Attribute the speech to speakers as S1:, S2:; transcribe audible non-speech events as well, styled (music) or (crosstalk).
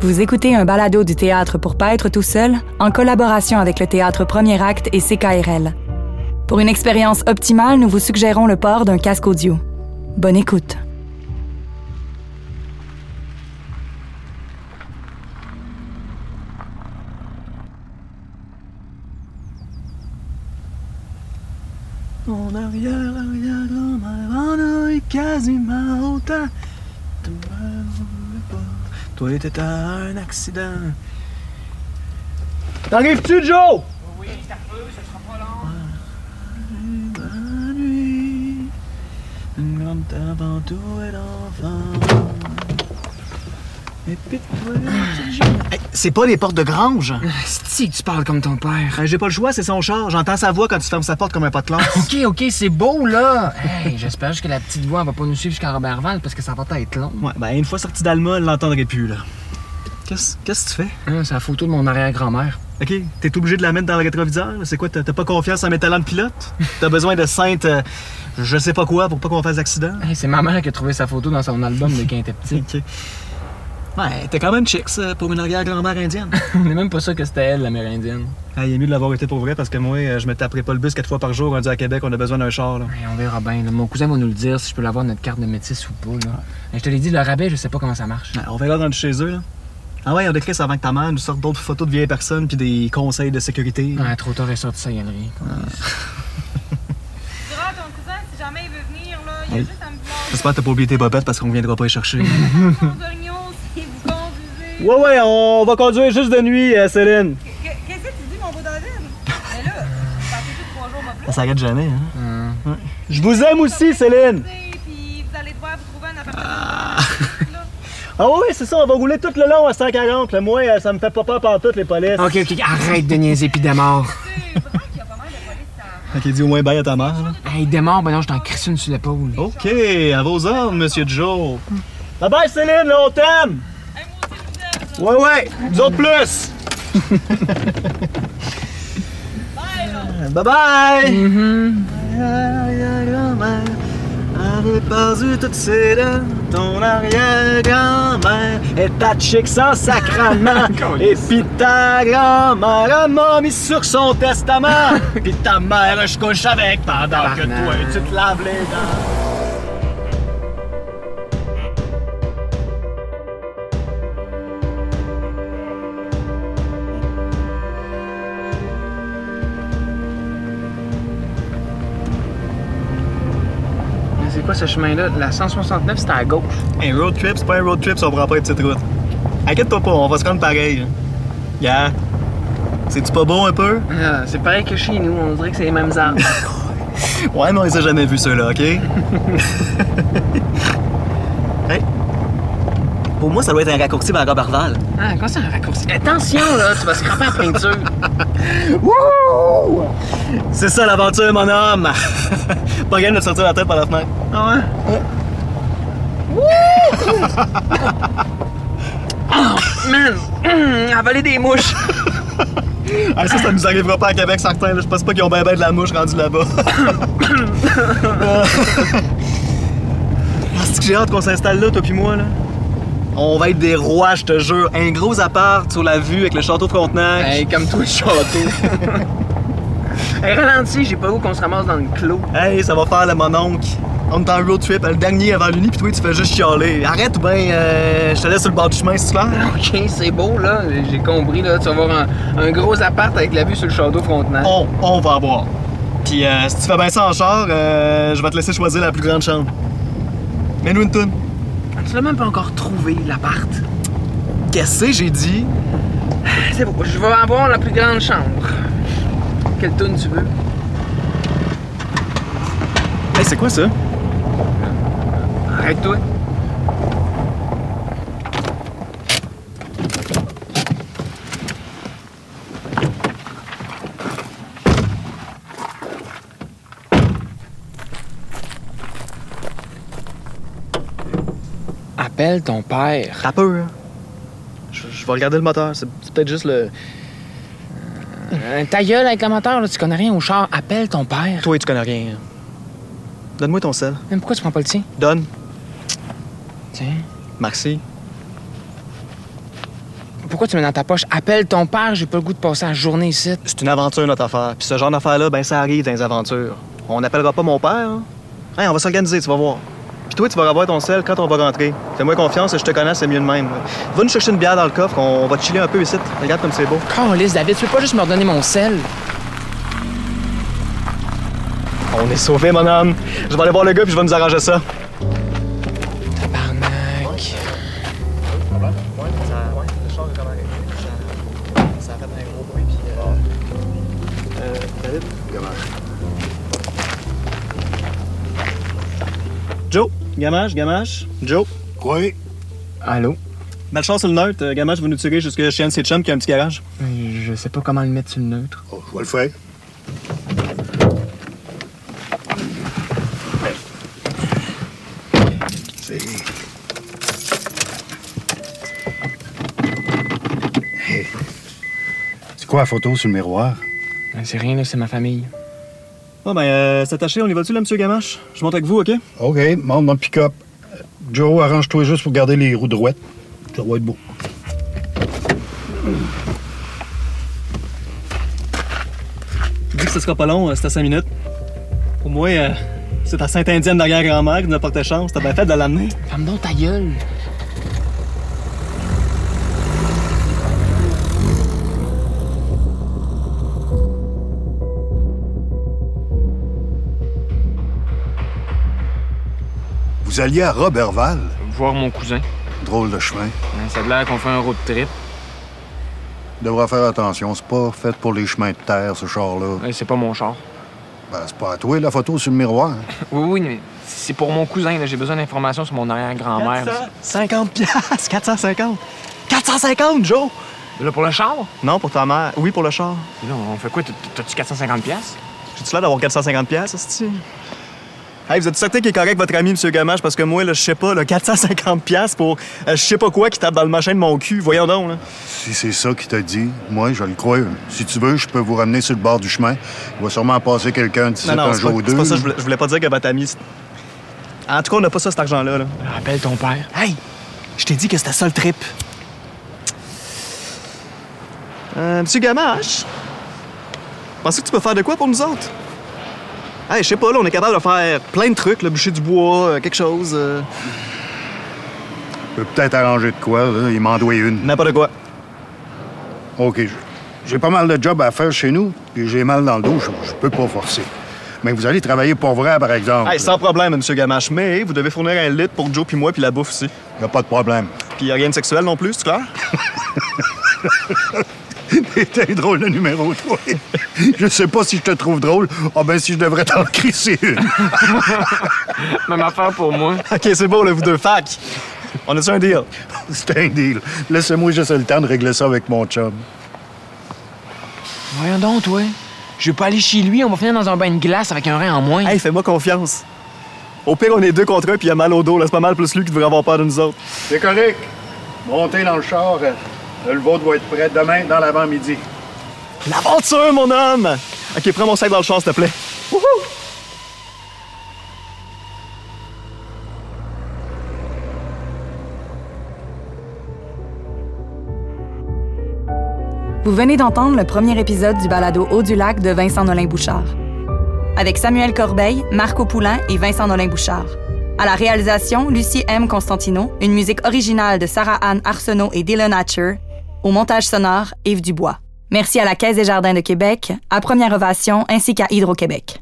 S1: Vous écoutez un balado du théâtre pour pas être tout seul en collaboration avec le théâtre Premier Acte et CKRL. Pour une expérience optimale, nous vous suggérons le port d'un casque audio. Bonne écoute.
S2: Mon arrière, arrière, grand-mère, en a eu quasiment autant. Tu me voulais pas. Toi, t'étais un accident. T'arrives-tu, Joe?
S3: Oui, ça peut, ça sera pas long.
S2: Bonne nuit. Une grande table en tout et d'enfant. Et puis toi, petit Joe.
S4: Hey, c'est pas les portes de grange.
S3: Si tu parles comme ton père.
S4: Ben, J'ai pas le choix, c'est son char. J'entends sa voix quand tu fermes sa porte comme un pas de classe.
S3: Ok, ok, c'est beau là. Hey, (laughs) j'espère juste que la petite voix va pas nous suivre jusqu'à Robertval parce que ça va pas être long.
S4: ouais, ben une fois sorti d'Alma, elle l'entendrait plus, là. Qu'est-ce qu'est-ce que tu fais?
S3: Hein, c'est la photo de mon arrière-grand-mère.
S4: OK, t'es obligé de la mettre dans le rétroviseur? là? C'est quoi, t'as t'as pas confiance en mes talents de (laughs) pilote? T'as besoin de sainte euh, je sais pas quoi pour pas qu'on fasse d'accident?
S3: Hey, c'est ma mère qui a trouvé sa photo dans son album de quand elle était petite.
S4: OK. Ouais, t'es quand même chic, ça, pour une arrière-grand-mère (laughs) indienne.
S3: (laughs) On n'est même pas sûr que c'était elle, l'amérindienne.
S4: Ah, il est mieux de l'avoir été pour vrai parce que moi, euh, je me taperai pas le bus quatre fois par jour. Rendu à Québec, on a besoin d'un char, là.
S3: Hey, on verra bien. là. Mon cousin va nous le dire si je peux l'avoir notre carte de métis ou pas. Là. Hey, je te l'ai dit, le rabais, je sais pas comment ça marche.
S4: Ouais, on verra rentrer chez eux, là. Ah ouais, on décrit ça avant que ta mère nous sorte d'autres photos de vieilles personnes puis des conseils de sécurité.
S3: Ouais, trop tard, elle sort de sa galerie.
S5: Tu diras à ton cousin si jamais il veut venir, là, il y a
S4: Oui.
S5: juste à me voir.
S4: J'espère que t'as pas oublié tes bobettes parce qu'on viendra pas les (laughs) chercher.
S5: Mon (laughs) oignon, si vous conduisez.
S4: ouais, ouais, on va conduire juste de nuit, euh, Céline.
S5: Que- que- Qu'est-ce que tu dis, mon beau David? Mais là, ça fait juste trois jours, ma plus.
S4: Ça s'arrête jamais, hein.
S3: Hum.
S4: Je vous aime aussi, Céline.
S5: Puis vous allez devoir vous trouver un appartement. là.
S4: Ah oui, c'est ça, on va rouler tout le long à 140. Le moins, euh, ça me fait pas peur par toutes les polices.
S3: Ok, ok, arrête de niaiser puis démarre.
S5: C'est vrai qu'il y a pas mal de police à.
S4: Ok, dis au moins bye à ta mère. là.
S3: Hey, démarre, ben non, je t'en crisse une sur l'épaule.
S4: Ok, à vos ordres, monsieur Joe. Bye bye, Céline, là, on t'aime.
S5: Hey, moi aussi, je vous aime.
S4: Ouais, ouais, nous autres plus. bye bye. Arrière-grand-mère avait perdu toutes ses dents. Ton arrière-grand-mère est à chic sans sacrament. Et puis ta grand-mère elle m'a mis sur son testament. puis ta mère, je couche avec pendant que toi, tu te laves les dents.
S3: Mais c'est quoi ce chemin-là? La 169, c'était à gauche.
S4: Un road trip, c'est pas un road trip si on prend pas une petite route. Inquiète-toi pas, on va se rendre pareil. Yeah. C'est-tu pas beau un peu?
S3: Ah, c'est pareil que chez nous, on dirait que c'est les mêmes arbres.
S4: Ouais, mais on les a jamais vus ceux-là, ok? (laughs) Hey. Pour moi, ça doit être un raccourci vers Robertval.
S3: ah, quand c'est un raccourci? Attention, là, tu vas se cramper en peinture.
S4: Wouhou! C'est ça l'aventure, mon homme! (laughs) Pas gagné de sortir la tête par la fenêtre.
S3: Ah ouais? oh, man! Hum, avaler des mouches!
S4: Ah, ça, ça nous arrivera pas à Québec, certain. là. Je pense pas qu'ils ont bien ben de la mouche rendue
S3: (coughs)
S4: là-bas. Est-ce que j'ai hâte qu'on s'installe là, toi pis moi, là? On va être des rois, je te jure. Un gros appart sur la vue avec le château Frontenac.
S3: Hey, comme toi, le château. hey, ralentis, j'ai pas où qu'on se ramasse dans le clos.
S4: Hey, ça va faire le mononcle. On est en road trip, le dernier avant l'Uni, puis toi, tu fais juste chialer. Arrête ou bien euh, je te laisse sur le bord du chemin, si tu veux.
S3: Ok, c'est beau, là, j'ai compris, là, tu vas avoir un, un gros appart avec la vue sur le château Frontenac.
S4: On, on va boire. Puis euh, si tu fais bien ça en char, euh, je vais te laisser choisir la plus grande chambre. Mets-nous une toune.
S3: Tu l'as même pas encore trouvé, l'appart.
S4: Qu'est-ce que j'ai dit?
S3: C'est beau, je vais avoir la plus grande chambre. Quelle tune tu veux?
S4: Hey, c'est quoi ça?
S3: Arrête-toi. Appelle ton père.
S4: T'as peur. Je, je vais regarder le moteur. C'est c'est peut-être juste le.
S3: euh, ta gueule avec la moteur, là, tu connais rien au char. Appelle ton père.
S4: Toi, tu connais rien. Donne-moi ton sel.
S3: Mais pourquoi tu prends pas le tien?
S4: Donne.
S3: Tiens.
S4: Merci.
S3: Pourquoi tu mets dans ta poche? Appelle ton père, j'ai pas le goût de passer la journée ici.
S4: C'est une aventure, notre affaire. Puis ce genre d'affaire-là, ben ça arrive dans les aventures. On n'appellera pas mon père. hein. Hey, on va s'organiser, tu vas voir. Puis toi, tu vas revoir ton sel quand on va rentrer. Fais-moi confiance, je te connais, c'est mieux de même. Va nous chercher une bière dans le coffre, on va te chiller un peu ici. Regarde comme c'est beau.
S3: Calisse, David, tu peux pas juste me redonner mon sel?
S4: On est sauvé, mon homme. Je vais aller voir le gars puis je vais nous arranger ça.
S3: Tabarnak.
S4: euh, Joe, Gamache, Gamache, Joe.
S6: Oui.
S3: Allô?
S4: Malchance sur le neutre, euh, Gamache va nous tirer jusque chez un de ses chums qui a un petit garage.
S3: Je sais pas comment le mettre sur le neutre.
S6: Oh, je vais le faire. C'est. Hey. C'est quoi la photo sur le miroir?
S3: Ben, C'est rien, là, c'est ma famille.
S4: Bon, ben, euh, c'est attaché, on y va-tu là, monsieur Gamache? Je monte avec vous, OK?
S6: OK, monte dans le pick-up. Euh, Joe, arrange-toi juste pour garder les roues droites. Ça va être beau.
S4: Vu que ce sera pas long, euh, c'est à 5 minutes. Pour moi, euh, c'est à Sainte-Indienne derrière grand-mère qui nous a porté chance. T'as bien fait de l'amener.
S3: Ferme donc ta gueule.
S6: Vous alliez à Robertval.
S3: Voir mon cousin. Ben,
S6: Drôle de chemin.
S3: Ça a l'air qu'on fait un road trip.
S6: Devra faire attention, c'est pas fait pour les chemins de terre, ce char-là.
S3: Ouais, C'est pas mon char.
S6: Ben, c'est pas à toi la photo sur le miroir.
S3: Oui, oui, mais c'est pour mon cousin. là. J'ai besoin d'informations sur mon arrière-grand-mère.
S4: 450 piastres, 450. 450, Joe!
S3: Là, pour le char?
S4: Non, pour ta mère. Oui, pour le char.
S3: Mais Là, on fait quoi? T'as- T'as-tu 450 pièces
S4: J'ai-tu l'air d'avoir 450 piastres, c'est-tu? Hey, vous êtes certain qu'il est correct, votre ami, monsieur Gamache, parce que moi, là, je sais pas, là, 450 piastres pour euh, je sais pas quoi qui tape dans le machin de mon cul. Voyons donc, là.
S6: Si c'est ça qu'il t'a dit, moi, je le crois. Si tu veux, je peux vous ramener sur le bord du chemin. Il va sûrement passer quelqu'un d'ici un
S4: c'est pas,
S6: jour ou
S4: c'est
S6: deux.
S4: pas ça. Je voulais, je voulais pas dire que votre ami... c'est- En tout cas, on n'a pas ça, cet argent-là, là.
S3: Appelle ton père.
S4: Hey, je t'ai dit que c'était ça le trip. Euh, Monsieur Gamache, pensez que tu peux faire de quoi pour nous autres? Hey, je sais pas, là, on est capable de faire plein de trucs, le bûcher du bois, euh, quelque chose. euh,
S6: Je peux peut-être arranger de quoi, là. Il m'en doit une.
S4: N'importe quoi.
S6: OK. je- J'ai pas mal de jobs à faire chez nous, puis j'ai mal dans le dos. Je, je peux pas forcer. Mais vous allez travailler pour vrai, par exemple.
S4: Hey, sans problème, Monsieur Gamache, mais vous devez fournir un lit pour Joe puis moi puis la bouffe aussi.
S6: Y a pas de problème. (laughs)
S4: Puis y a rien de sexuel non plus, c'est clair?
S6: T'es un drôle de numéro, toi. (laughs) je sais pas si je te trouve drôle. Ah ben, si je devrais t'en (laughs) crisser une.
S3: (laughs) Même affaire pour moi.
S4: (laughs) ok, c'est beau, là, vous deux, fac. On a-tu un deal?
S6: C'est un deal. Laissez-moi juste le temps de régler ça avec mon chum.
S3: Voyons donc, toi. Je vais pas aller chez lui, on va finir dans un bain de glace avec un rein en moins.
S4: Hey, fais-moi confiance. Au pire, on est deux contre un puis y a mal au dos, là, c'est pas mal plus lui qui devrait avoir peur de nous autres.
S6: C'est correct. Montez dans le char. Euh, Le vôtre doit être prêt demain dans l'avant-midi.
S4: L'aventure, mon homme! Ok, prends mon sac dans le char, s'il te plaît.
S1: Vous venez d'entendre le premier épisode du balado Haut du lac de Vincent Nolin Bouchard. Avec Samuel Corbeil, Marco Poulain et Vincent Nolin Bouchard. À la réalisation, Lucie M. Constantino, une musique originale de Sarah Anne Arsenault et Dylan Hatcher. Au montage sonore, Yves Dubois. Merci à la Caisse des Jardins de Québec, à Première Ovation ainsi qu'à Hydro-Québec.